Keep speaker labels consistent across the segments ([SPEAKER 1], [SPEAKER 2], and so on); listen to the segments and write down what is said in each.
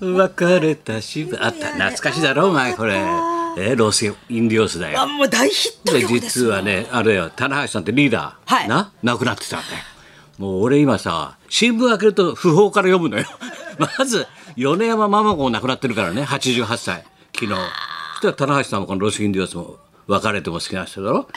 [SPEAKER 1] 別れた渋あった懐かしいだろお前これえロスインディオスだ
[SPEAKER 2] あ
[SPEAKER 1] よ
[SPEAKER 2] もう大ヒット
[SPEAKER 1] で
[SPEAKER 2] 曲です
[SPEAKER 1] 実はねあれよ棚橋さんってリーダー、
[SPEAKER 2] はい
[SPEAKER 1] な亡くなってたんだよもう俺今さ新聞開けると訃報から読むのよ まず米山ママ子亡くなってるからね88歳昨日そしたら棚橋さんもこのロスインディオスも別れても好きな人だろ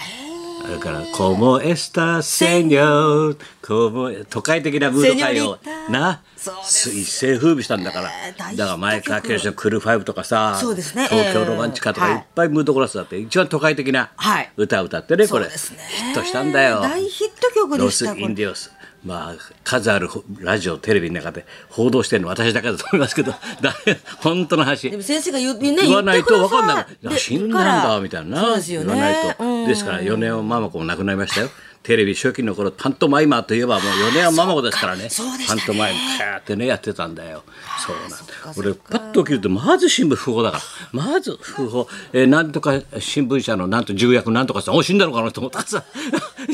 [SPEAKER 1] あれから「コモエスタセニョーコモエ都会的なムード歌謡
[SPEAKER 2] セニョリタ
[SPEAKER 1] な
[SPEAKER 2] そうで
[SPEAKER 1] す
[SPEAKER 2] す
[SPEAKER 1] 一世風靡したんだから、
[SPEAKER 2] えー大ヒット曲
[SPEAKER 1] だから前川清の「クルファイブ」とかさ
[SPEAKER 2] そうですね
[SPEAKER 1] 東京ロマンチカ」とか
[SPEAKER 2] えー
[SPEAKER 1] いっぱいムードコラスだって一番都会的な
[SPEAKER 2] はい
[SPEAKER 1] 歌を歌ってねこれ、
[SPEAKER 2] そうですね
[SPEAKER 1] ヒットしたんだよ
[SPEAKER 2] 大ヒット曲でした
[SPEAKER 1] ロス・イ
[SPEAKER 2] こ
[SPEAKER 1] ン
[SPEAKER 2] れ
[SPEAKER 1] ディオスまあ数あるほラジオテレビの中で報道してるの私だけだと思いますけど だ本当の話
[SPEAKER 2] でも先生が言うね
[SPEAKER 1] 言わないと分かんない
[SPEAKER 2] 言っ
[SPEAKER 1] あ
[SPEAKER 2] て
[SPEAKER 1] 死ん
[SPEAKER 2] くだ
[SPEAKER 1] だん
[SPEAKER 2] さ
[SPEAKER 1] だ
[SPEAKER 2] い
[SPEAKER 1] みたい
[SPEAKER 2] そ
[SPEAKER 1] な
[SPEAKER 2] うですよ
[SPEAKER 1] 言
[SPEAKER 2] ね
[SPEAKER 1] わないと、
[SPEAKER 2] うん
[SPEAKER 1] ですから米山ママ子も亡くなりましたよテレビ初期の頃パントマイマーといえばもう米山ママ子ですからね
[SPEAKER 2] そうかそうでし
[SPEAKER 1] パ
[SPEAKER 2] た
[SPEAKER 1] ン
[SPEAKER 2] ね
[SPEAKER 1] トマイムキャーってねやってたんだよそうなんだ
[SPEAKER 2] かそっか
[SPEAKER 1] 俺パッと起きるとまず新聞不報だからまず不報、えーなんとか新聞社のなんと重役なんとかさんお死んだのかなと思ったらさ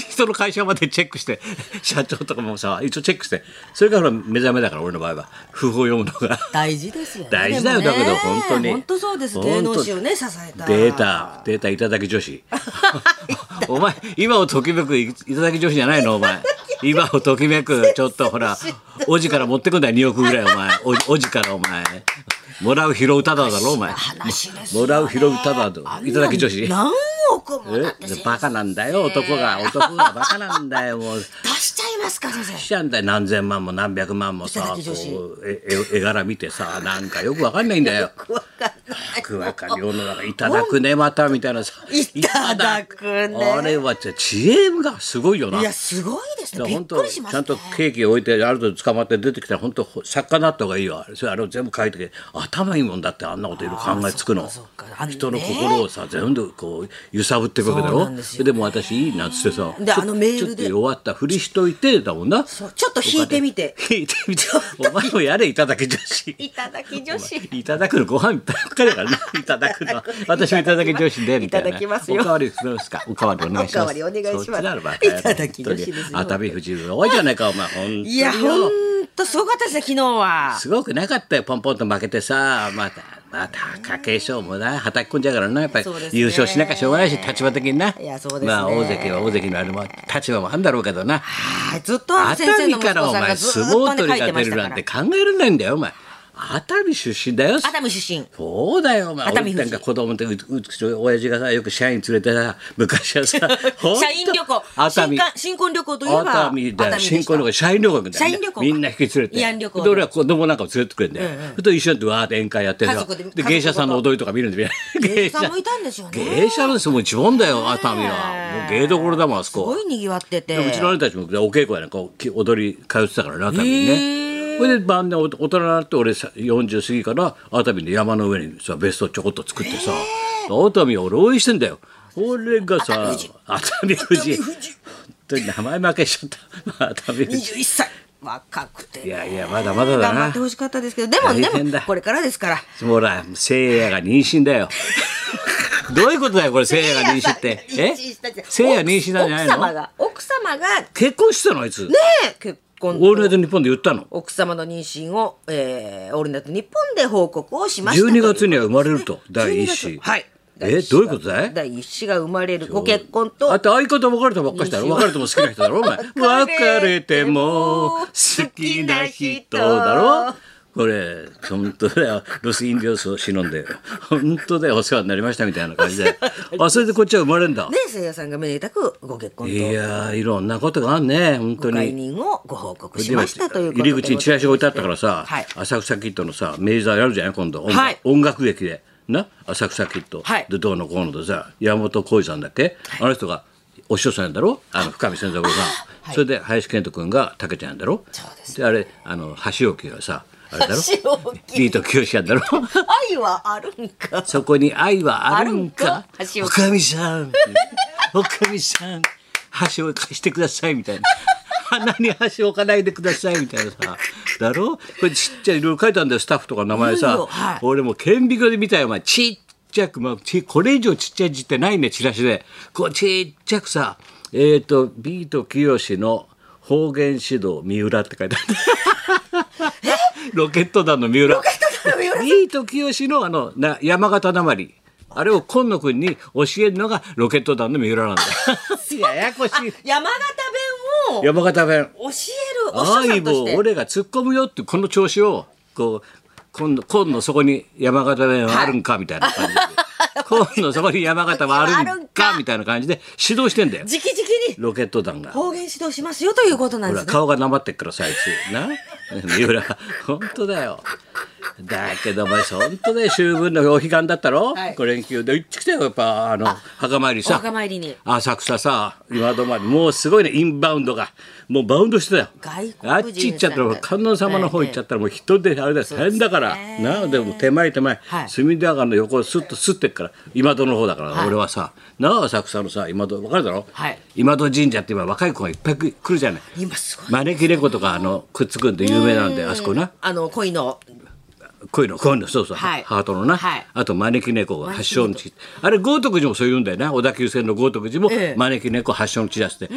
[SPEAKER 1] 人の会社までチェックして社長とかもさ一応チェックしてそれからほら目覚めだから俺の場合は不報読むのが。
[SPEAKER 2] 大事ですよね
[SPEAKER 1] 大事だよ
[SPEAKER 2] でも
[SPEAKER 1] だ
[SPEAKER 2] ね
[SPEAKER 1] けど本当に
[SPEAKER 2] 本当そうです芸能人をね支えた
[SPEAKER 1] データデータいただき女 子お前今をときめくいただき女子じゃないのお 前今をときめくちょっとほらおじから持ってくんだよ2億ぐらいお前おおじからお前もらう拾うただだろお前
[SPEAKER 2] 話ですよ
[SPEAKER 1] も
[SPEAKER 2] ね
[SPEAKER 1] らう拾うただといただき女子
[SPEAKER 2] 何億もだって
[SPEAKER 1] え
[SPEAKER 2] 先生
[SPEAKER 1] バカなんだよ男が男がバカなんだよもう
[SPEAKER 2] 出しちゃいますか先生
[SPEAKER 1] しちゃうんだよ何千万も何百万も
[SPEAKER 2] いた
[SPEAKER 1] さ
[SPEAKER 2] だき女子
[SPEAKER 1] こうえ え絵柄見てさなんかよくわかんないんだよ。
[SPEAKER 2] わかんない
[SPEAKER 1] よくわかる世の中いただくねまたみたいなさ
[SPEAKER 2] いただくね
[SPEAKER 1] あれはちょ知恵がすごいよない
[SPEAKER 2] やすごいです
[SPEAKER 1] だか
[SPEAKER 2] ね
[SPEAKER 1] ら
[SPEAKER 2] びっ
[SPEAKER 1] 本当
[SPEAKER 2] くりしま
[SPEAKER 1] ちゃ
[SPEAKER 2] す
[SPEAKER 1] ん
[SPEAKER 2] ね
[SPEAKER 1] とケーキ置いてある程度捕まって出てきたら本当作家になった方がいいよあれそれあれを全部書いてけ頭いいもんだってあんなこといろいろ考えつくの
[SPEAKER 2] あそっかそっかあのね
[SPEAKER 1] 人の心をさ全部こう揺さぶっていくわけだ
[SPEAKER 2] そう
[SPEAKER 1] ろ
[SPEAKER 2] なんですよね
[SPEAKER 1] でも私いいなっつってさ
[SPEAKER 2] であのメールで
[SPEAKER 1] ちょっと弱ったふりしといてだもんな
[SPEAKER 2] そうちょっと引いてみて
[SPEAKER 1] 引いてみてお前もやれいただけ女子
[SPEAKER 2] いただき女子
[SPEAKER 1] いただくのご飯ばっかりだ からね。いただくのは。私もいただき女子でみたいな。
[SPEAKER 2] いただきますよ
[SPEAKER 1] おかわりどうですか。おかわりお願いします。
[SPEAKER 2] おかわりお願いします
[SPEAKER 1] そっちならば
[SPEAKER 2] いただき女子ですよ
[SPEAKER 1] 本当に熱海富士多いじゃないかお前本当によ。
[SPEAKER 2] いやほんとすごかったですね昨日は
[SPEAKER 1] すごくなかったよポンポンと負けてさまたまた貴景勝もなはたき込んじゃうからなやっぱり
[SPEAKER 2] そうですね
[SPEAKER 1] 優勝しなきゃしょうがないし立場的にない
[SPEAKER 2] やそうですね
[SPEAKER 1] まあ大関は大関のあれも立場もあるんだろうけどな。
[SPEAKER 2] はいずっと
[SPEAKER 1] 熱
[SPEAKER 2] 先生
[SPEAKER 1] 海
[SPEAKER 2] の息子
[SPEAKER 1] からお
[SPEAKER 2] さん
[SPEAKER 1] 前
[SPEAKER 2] がず
[SPEAKER 1] 相
[SPEAKER 2] っと
[SPEAKER 1] 撲
[SPEAKER 2] ね
[SPEAKER 1] 取
[SPEAKER 2] 書
[SPEAKER 1] り
[SPEAKER 2] い
[SPEAKER 1] が
[SPEAKER 2] てま
[SPEAKER 1] 出
[SPEAKER 2] した
[SPEAKER 1] る
[SPEAKER 2] か
[SPEAKER 1] なん
[SPEAKER 2] ら
[SPEAKER 1] て考えられないんだよお前熱海出身だよ
[SPEAKER 2] 熱海出身
[SPEAKER 1] そうだよ、お前。
[SPEAKER 2] 熱海
[SPEAKER 1] な
[SPEAKER 2] 富
[SPEAKER 1] ん
[SPEAKER 2] 士
[SPEAKER 1] か子供って、う、う、うちの親父がさ、よく社員連れてさ、昔はさ、ほんと
[SPEAKER 2] 社員旅行
[SPEAKER 1] 熱海
[SPEAKER 2] 新。婚新婚旅行といえば
[SPEAKER 1] 熱海だよ。
[SPEAKER 2] 熱海でした
[SPEAKER 1] 新婚旅行、社員旅行行くんだよね
[SPEAKER 2] 社員旅行
[SPEAKER 1] みんな引き連れて。
[SPEAKER 2] 慰安旅行
[SPEAKER 1] で、俺は子供なんかも連れてくるんだよ。
[SPEAKER 2] うんうん
[SPEAKER 1] それと一緒にってわーって宴会やって
[SPEAKER 2] 家
[SPEAKER 1] さ
[SPEAKER 2] 族で。
[SPEAKER 1] で、
[SPEAKER 2] 家族ごと
[SPEAKER 1] 芸者さんの踊りとか見るんで、
[SPEAKER 2] 芸者さんもいたんでしょうね
[SPEAKER 1] 芸者の人も一番だよ、熱海は。もう芸どころだもん、あそ
[SPEAKER 2] す
[SPEAKER 1] こは
[SPEAKER 2] ご。い賑わってて
[SPEAKER 1] でうちの姉たちもお稽古やなんかお踊り通ってたからね熱海に
[SPEAKER 2] へ
[SPEAKER 1] ね。それで晩年お大人になって俺さ40過ぎから熱海の山の上にさベストちょこっと作ってさ熱海を俺応援してんだよ。俺がさ熱海富士
[SPEAKER 2] 熱海
[SPEAKER 1] 本
[SPEAKER 2] 富士
[SPEAKER 1] 当に名前負けしちゃった熱海富士。
[SPEAKER 2] 21歳若くてね
[SPEAKER 1] いやいやまだまだだな
[SPEAKER 2] 頑張ってほしかったですけどでも
[SPEAKER 1] 大
[SPEAKER 2] で
[SPEAKER 1] 変だ
[SPEAKER 2] もこれからですから
[SPEAKER 1] ほら聖夜が妊娠だ よ。どういうことだよこれ聖夜が妊娠って。え聖夜妊娠なんじゃない
[SPEAKER 2] 奥様
[SPEAKER 1] の
[SPEAKER 2] が奥様がね
[SPEAKER 1] 結婚してたのあいつ。
[SPEAKER 2] え結
[SPEAKER 1] オ
[SPEAKER 2] 婚
[SPEAKER 1] ールナイト日本で言ったの。
[SPEAKER 2] 奥様の妊娠を、えー、オールナイト日本で報告をしましたとい
[SPEAKER 1] 12
[SPEAKER 2] う
[SPEAKER 1] 月には生まれると第一子
[SPEAKER 2] 12月はい
[SPEAKER 1] えどういうことだい
[SPEAKER 2] 第一子が生まれるご結婚と
[SPEAKER 1] あと相方別れたばっかりだろ
[SPEAKER 2] 妊娠
[SPEAKER 1] 別れても好きな人だろお前別
[SPEAKER 2] 別
[SPEAKER 1] れ
[SPEAKER 2] れ
[SPEAKER 1] て
[SPEAKER 2] て
[SPEAKER 1] も
[SPEAKER 2] も
[SPEAKER 1] 好
[SPEAKER 2] 好
[SPEAKER 1] き
[SPEAKER 2] き
[SPEAKER 1] な
[SPEAKER 2] な
[SPEAKER 1] 人
[SPEAKER 2] 人
[SPEAKER 1] だろこれ本当だよロスインディオスを忍んで本当だよお世話になりましたみたいな感じ であそれでこっちは生まれんだ
[SPEAKER 2] ねせいやさんがめでたくご結婚
[SPEAKER 1] い
[SPEAKER 2] と
[SPEAKER 1] やーいろんなことがあんね本当
[SPEAKER 2] ご解
[SPEAKER 1] に
[SPEAKER 2] 任をご報告し
[SPEAKER 1] でも
[SPEAKER 2] ましたということで
[SPEAKER 1] 入り口にチラシ置いてあったからさ、
[SPEAKER 2] はい
[SPEAKER 1] 浅草キッドのさ明治座やるじゃない今度音楽,、
[SPEAKER 2] はい
[SPEAKER 1] 音楽劇でな浅草キッド、
[SPEAKER 2] はい
[SPEAKER 1] でどうのこうのでさ山本浩二さんだっけ、あの人がお師匠さんやんだろあの深見千三郎さん、
[SPEAKER 2] はい
[SPEAKER 1] それで林遣都君が竹ちゃんやんだろ
[SPEAKER 2] そうです
[SPEAKER 1] あれあの橋置がさあれだろ
[SPEAKER 2] 橋置
[SPEAKER 1] ビート清やんだろ
[SPEAKER 2] 愛はある んか
[SPEAKER 1] そこに愛はあるんか
[SPEAKER 2] あるんか橋
[SPEAKER 1] お
[SPEAKER 2] 置
[SPEAKER 1] かみさんおかみさん箸を貸してくださいみたいな鼻に箸置かないでくださいみたいなさだろこれちっちゃいいろいろ書いたんだよスタッフとか名前
[SPEAKER 2] いよい
[SPEAKER 1] さ
[SPEAKER 2] よはい
[SPEAKER 1] 俺もう顕微鏡で見たよお前ちっちゃく、まあ、ちこれ以上ちっちゃい字ってないねチラシでこうちっちゃくさえっ、ー、とビート清の方言指導三浦って書いてあるロケット団の三浦
[SPEAKER 2] ロケット団の三
[SPEAKER 1] ビート清志のあのな山形なまりあれを今野君に教えるのがロケット団の三浦なんだややこしい
[SPEAKER 2] 山形弁を教
[SPEAKER 1] 山形弁
[SPEAKER 2] えるお師匠さ
[SPEAKER 1] 相
[SPEAKER 2] んとし
[SPEAKER 1] 棒
[SPEAKER 2] て
[SPEAKER 1] 俺が突っ込むよってこの調子をこう今度今度そこに山形弁はあるんかみたいな感 じで、今度そこに山形はある
[SPEAKER 2] あ
[SPEAKER 1] ん
[SPEAKER 2] るん
[SPEAKER 1] か
[SPEAKER 2] か
[SPEAKER 1] みたいな感じで指導してんだよ
[SPEAKER 2] 直々に
[SPEAKER 1] ロケット団が。
[SPEAKER 2] 方言指導しますよということなん
[SPEAKER 1] ほ
[SPEAKER 2] で
[SPEAKER 1] ら
[SPEAKER 2] すね
[SPEAKER 1] 顔がなまってっから最中な 三浦本当だよだけどお前本当ね秋分のお彼岸だったろ、
[SPEAKER 2] はい
[SPEAKER 1] これ連休で行ってきたよやっぱあの墓参り
[SPEAKER 2] お
[SPEAKER 1] さ
[SPEAKER 2] 墓参りに
[SPEAKER 1] 浅草さ今止まりもうすごいねインバウンドがもうバウンドしてたよ
[SPEAKER 2] 外国人さん
[SPEAKER 1] あっち行っちゃったら観音様の方行っちゃったらもう人であれだよ大
[SPEAKER 2] うです
[SPEAKER 1] 変
[SPEAKER 2] ね
[SPEAKER 1] だから、なでも手前手前、
[SPEAKER 2] はい
[SPEAKER 1] 隅田川の横をスッとすってっから今戸の方だから、
[SPEAKER 2] はい
[SPEAKER 1] 俺はさ長浅草のさ今戸分かるだろ、
[SPEAKER 2] はい
[SPEAKER 1] 今戸神社って今若い子がいっぱい来るじゃない
[SPEAKER 2] 今すごい
[SPEAKER 1] 招き猫とかあのくっつくんで有名なんであそこな
[SPEAKER 2] あの恋の
[SPEAKER 1] こういうのこういうのそうそう、
[SPEAKER 2] はい
[SPEAKER 1] ハートのな、
[SPEAKER 2] はい
[SPEAKER 1] あと招き猫が発祥の地あれ豪徳寺もそういうんだよな小田急線の豪徳寺も
[SPEAKER 2] ええ
[SPEAKER 1] 招き猫発祥の地だっつって、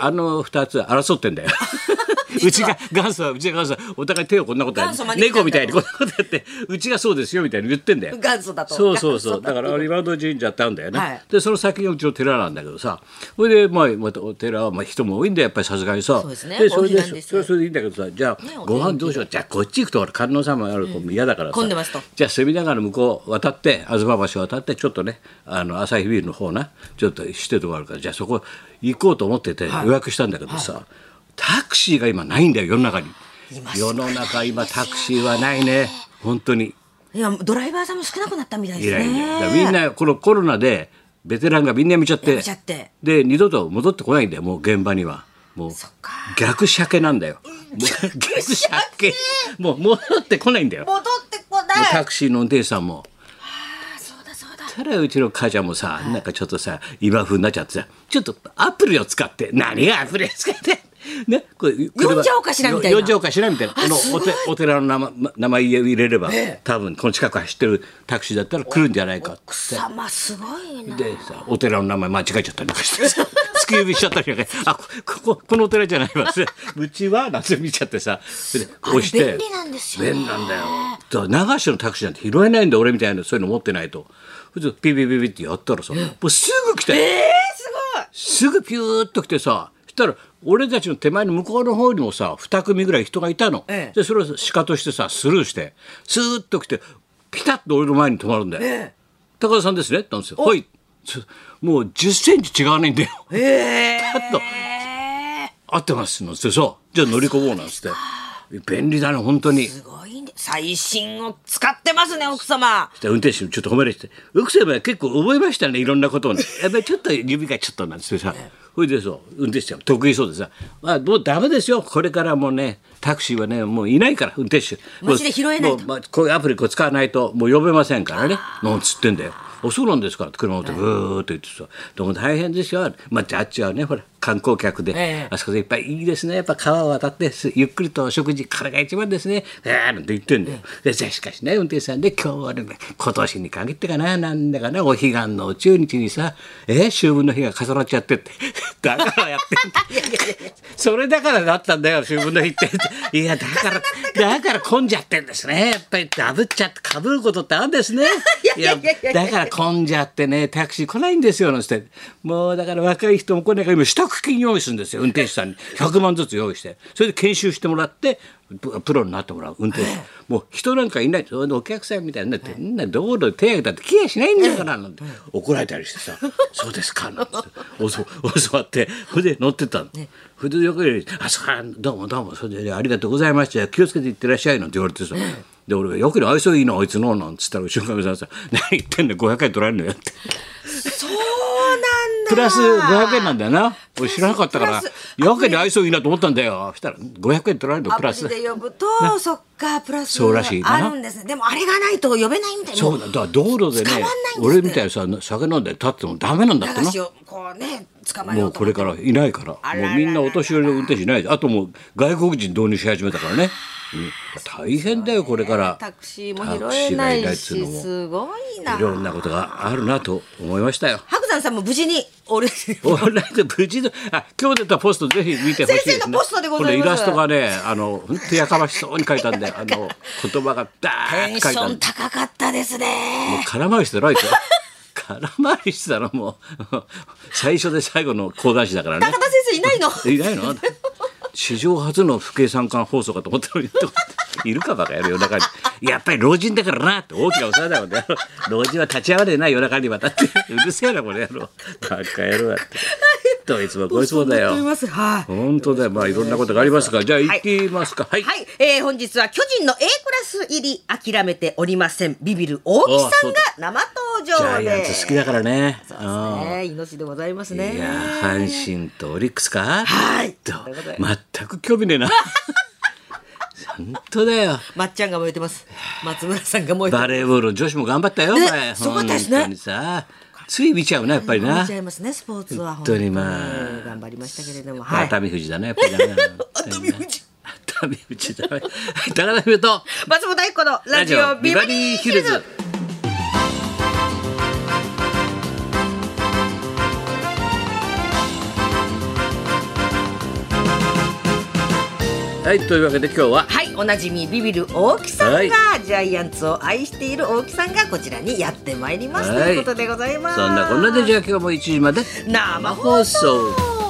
[SPEAKER 1] あの二つ争ってん だよ。うちが元祖はうちが元祖はお互い手をこんなことやっ
[SPEAKER 2] 元
[SPEAKER 1] て
[SPEAKER 2] 祖招き
[SPEAKER 1] 猫
[SPEAKER 2] 猫
[SPEAKER 1] みたいにこんなことやってうちがそうですよみたいに言ってんだよ
[SPEAKER 2] 元祖だと
[SPEAKER 1] そうそうそ
[SPEAKER 2] 元
[SPEAKER 1] う
[SPEAKER 2] 祖
[SPEAKER 1] だ
[SPEAKER 2] だ
[SPEAKER 1] か
[SPEAKER 2] と
[SPEAKER 1] らリバウンド神社ってあるんだよね、
[SPEAKER 2] はい
[SPEAKER 1] でその先がうちの寺なんだけどさそれでまあまたお寺はまあ人も多いんだよやっぱりさすがにさ
[SPEAKER 2] そうですね
[SPEAKER 1] それ
[SPEAKER 2] お
[SPEAKER 1] で
[SPEAKER 2] 彼岸です
[SPEAKER 1] それはそれでいいんだけどさじゃあ、
[SPEAKER 2] ねお
[SPEAKER 1] ご
[SPEAKER 2] 天
[SPEAKER 1] 飯どうしようじゃあこっち行くとほら観音様あるともう嫌だからさ、
[SPEAKER 2] 混んでますと
[SPEAKER 1] じゃあ隅田川の向こう渡って吾妻橋渡ってちょっとねあの朝日ビールの方なちょっとしてるとこあるからじゃあそこ行こうと思ってて予約したんだけどさ、タクシーが今ないんだよ世の中に世の中今タクシーはないね本当に。
[SPEAKER 2] いやドライバーさんも少なくなったみたい
[SPEAKER 1] い
[SPEAKER 2] です
[SPEAKER 1] やい
[SPEAKER 2] ね
[SPEAKER 1] やだからみんなこのコロナでベテランがみんな見ちゃって
[SPEAKER 2] 見ちゃって
[SPEAKER 1] で二度と戻ってこないんだよもう現場にはもう
[SPEAKER 2] そっか
[SPEAKER 1] 逆鮭なんだよもう逆鮭もう戻ってこないんだよもう
[SPEAKER 2] 戻ってこない
[SPEAKER 1] タクシーの運転手さんも
[SPEAKER 2] あそうだそうだ
[SPEAKER 1] たらうちの母ちゃんもさなんかちょっとさ今風になっちゃってさちょっとアプリを使って何がアプリを使って ねこれ車
[SPEAKER 2] 呼んじゃおうかしらみたいな
[SPEAKER 1] 呼んじゃおうかしらみたいなこのおてお寺の名前名前入れれば多分この近く走ってるタクシーだったら来るんじゃないかって
[SPEAKER 2] さまあすごいな
[SPEAKER 1] でさお寺の名前間違えちゃったりなんかしてさ 突き指しちゃったりなんかあここここのお寺じゃないわ それうちはなんて見ちゃってさそれで押して
[SPEAKER 2] 便利なんですよね
[SPEAKER 1] 便利なんだよだから流しのタクシーなんて拾えないんだ俺みたいなそういうの持ってないとそれでピピピピってやったらさもうすぐ来たよ、
[SPEAKER 2] えー、す
[SPEAKER 1] す
[SPEAKER 2] ごい
[SPEAKER 1] ぐピューっと来てさそしたら俺たちの手前の向こうの方にもさ2組ぐらい人がいたの、
[SPEAKER 2] ええ
[SPEAKER 1] でそれを鹿としてさスルーしてスーッと来てピタッと俺の前に止まるんだよ、
[SPEAKER 2] え
[SPEAKER 1] 高田さんですねって言ったんですよはいつもう10センチ違わないんだよ
[SPEAKER 2] え
[SPEAKER 1] パッと
[SPEAKER 2] え
[SPEAKER 1] 合ってますのってさじゃあ乗り込もうなんつって便利だね本当に
[SPEAKER 2] ー、すごいね最新を使ってますね奥様
[SPEAKER 1] で運転手にちょっと褒められて「奥様は結構覚えましたねいろんなことを ね」やっぱりちょっと指がちょっとなんですよさほいでさ運転手は得意そうでさ「まあもうダメですよこれからもうねタクシーはねもういないから運転手」もう
[SPEAKER 2] 街で拾えないと
[SPEAKER 1] もうまあ、こういうアプリこう使わないともう呼べませんからねなんつってんだよ。おそうなんですかって車乗ってブーって言ってさ「でも大変ですよ」まあじゃああっちはねほら観光客で、
[SPEAKER 2] ええ
[SPEAKER 1] あそこでいっぱいいいですねやっぱ川を渡ってすゆっくりとお食事これが一番ですねえーなんて言ってんだよ、でじゃあしかしね運転手さんで今日はね今年に限ってかななんだかなお彼岸の中日にさえー秋分の日が重なっちゃってって だからやってんだそれだからだったんだよ秋分の日っていやだからだから混んじゃってんですねやっぱりダブっちゃってかぶることってあるんですねいやだから混んじゃってねタクシー来ないんですよなんつってもうだから若い人も来ないから今支度金用意するんですよ運転手さんに100万ずつ用意してそれで研修してもらってププロになってもらう運転手もう人なんかいないそれでお客さんみたいになってみんな道路で手挙げたって来やしないんだからなんて怒られたりしてさ「そうですか」なんておそ教わってそれで乗ってったの。それで横に「あそこはどうもどうもそれでねありがとうございました気をつけていってらっしゃい」なんて言われてさ。で俺が「よくに愛想いいなあいつの」なんつったら後ろからさんさ「何言ってんだよ500円取られるのよ」って
[SPEAKER 2] そうなんだ
[SPEAKER 1] プラス500円なんだよな俺知らなかったから
[SPEAKER 2] プラス
[SPEAKER 1] やけに愛想いいなと思ったんだよそしたら500円取られるのプラス
[SPEAKER 2] アプリで呼ぶとそっかプラス
[SPEAKER 1] そうらしいな
[SPEAKER 2] あるんですねでもあれがないと呼べないみたいな
[SPEAKER 1] そうだだから道路で
[SPEAKER 2] 捕ま
[SPEAKER 1] ね
[SPEAKER 2] んないんですって
[SPEAKER 1] 俺みたいにさ酒飲んで立ってもダメなんだって
[SPEAKER 2] 駄菓
[SPEAKER 1] な
[SPEAKER 2] 子をこうね捕まえ
[SPEAKER 1] も
[SPEAKER 2] よ
[SPEAKER 1] う
[SPEAKER 2] うと
[SPEAKER 1] こ
[SPEAKER 2] 思
[SPEAKER 1] れ
[SPEAKER 2] って
[SPEAKER 1] からいないから
[SPEAKER 2] あららら
[SPEAKER 1] もうみんなお年寄りの運転手いないであともう外国人導入し始めたからね、うん大変だよこれから
[SPEAKER 2] タクシーも拾えな
[SPEAKER 1] タクシーがいない
[SPEAKER 2] い
[SPEAKER 1] っつう
[SPEAKER 2] し
[SPEAKER 1] のも
[SPEAKER 2] すごいない
[SPEAKER 1] ろんなことがあるなと思いましたよ。
[SPEAKER 2] 白山さんも無事に俺
[SPEAKER 1] オンラインで無事のあ今日出たポストぜひ見てほしいです、ね、
[SPEAKER 2] 先生のポストでございます
[SPEAKER 1] これイラストがねあの本当やかましそうに書いたん であの言葉がダ
[SPEAKER 2] テ
[SPEAKER 1] ーッ
[SPEAKER 2] ン
[SPEAKER 1] と
[SPEAKER 2] シ
[SPEAKER 1] 書いた
[SPEAKER 2] ョ
[SPEAKER 1] ん
[SPEAKER 2] ン
[SPEAKER 1] で
[SPEAKER 2] 高かったですね
[SPEAKER 1] 空回りしてないですよ空回りしてたのもう 最初で最後の講談師だからね
[SPEAKER 2] 高田先生いないの
[SPEAKER 1] いないの史上初の不景参観放送かと思ったのにいるかバカやる夜中にやっぱり老人だからなって大きなお世話だもんね老人は立ち会われない夜中にまたってうるせえなこの野郎バカ野郎だってどいつもこいつもだ
[SPEAKER 2] 思い
[SPEAKER 1] よ
[SPEAKER 2] ますはい
[SPEAKER 1] 本当だよまあいろんなことがありますからじゃあ行きますかはい、
[SPEAKER 2] はい、えー本日は巨人の A クラス入り諦めておりませんビビる大木さんが生
[SPEAKER 1] ジ
[SPEAKER 2] 登場
[SPEAKER 1] ャイアン
[SPEAKER 2] で
[SPEAKER 1] ツ
[SPEAKER 2] す
[SPEAKER 1] 好きだからね
[SPEAKER 2] そうですね命でございますね
[SPEAKER 1] いやー阪神とオリックスか
[SPEAKER 2] はい
[SPEAKER 1] と
[SPEAKER 2] ということで
[SPEAKER 1] 全く興味ねえ な本当だよ
[SPEAKER 2] まっちゃんが燃えてます松村さんが 燃えて
[SPEAKER 1] バ
[SPEAKER 2] ます
[SPEAKER 1] レーボールの女子も頑張ったよ、
[SPEAKER 2] ね
[SPEAKER 1] 前
[SPEAKER 2] すごかったですね
[SPEAKER 1] 本当にさつい見ちゃうなやっぱり
[SPEAKER 2] 燃え
[SPEAKER 1] な
[SPEAKER 2] ちゃいますねスポーツは
[SPEAKER 1] 本当にまあ
[SPEAKER 2] 本当に頑張りましたけれどもはい
[SPEAKER 1] 熱海富士だねやっぱりな
[SPEAKER 2] 熱海富士
[SPEAKER 1] 熱海富士だね 高田美と
[SPEAKER 2] 松本一子のラジオビバリーヒルズ
[SPEAKER 1] はいというわけで今日は
[SPEAKER 2] はいおなじみビビる大木さんが、
[SPEAKER 1] はい
[SPEAKER 2] ジャイアンツを愛している大木さんがこちらにやってまいります、
[SPEAKER 1] はい
[SPEAKER 2] ということでございます
[SPEAKER 1] そんなこんなでじゃあ今日も1時まで
[SPEAKER 2] 生
[SPEAKER 1] 生放
[SPEAKER 2] 放
[SPEAKER 1] 送
[SPEAKER 2] 送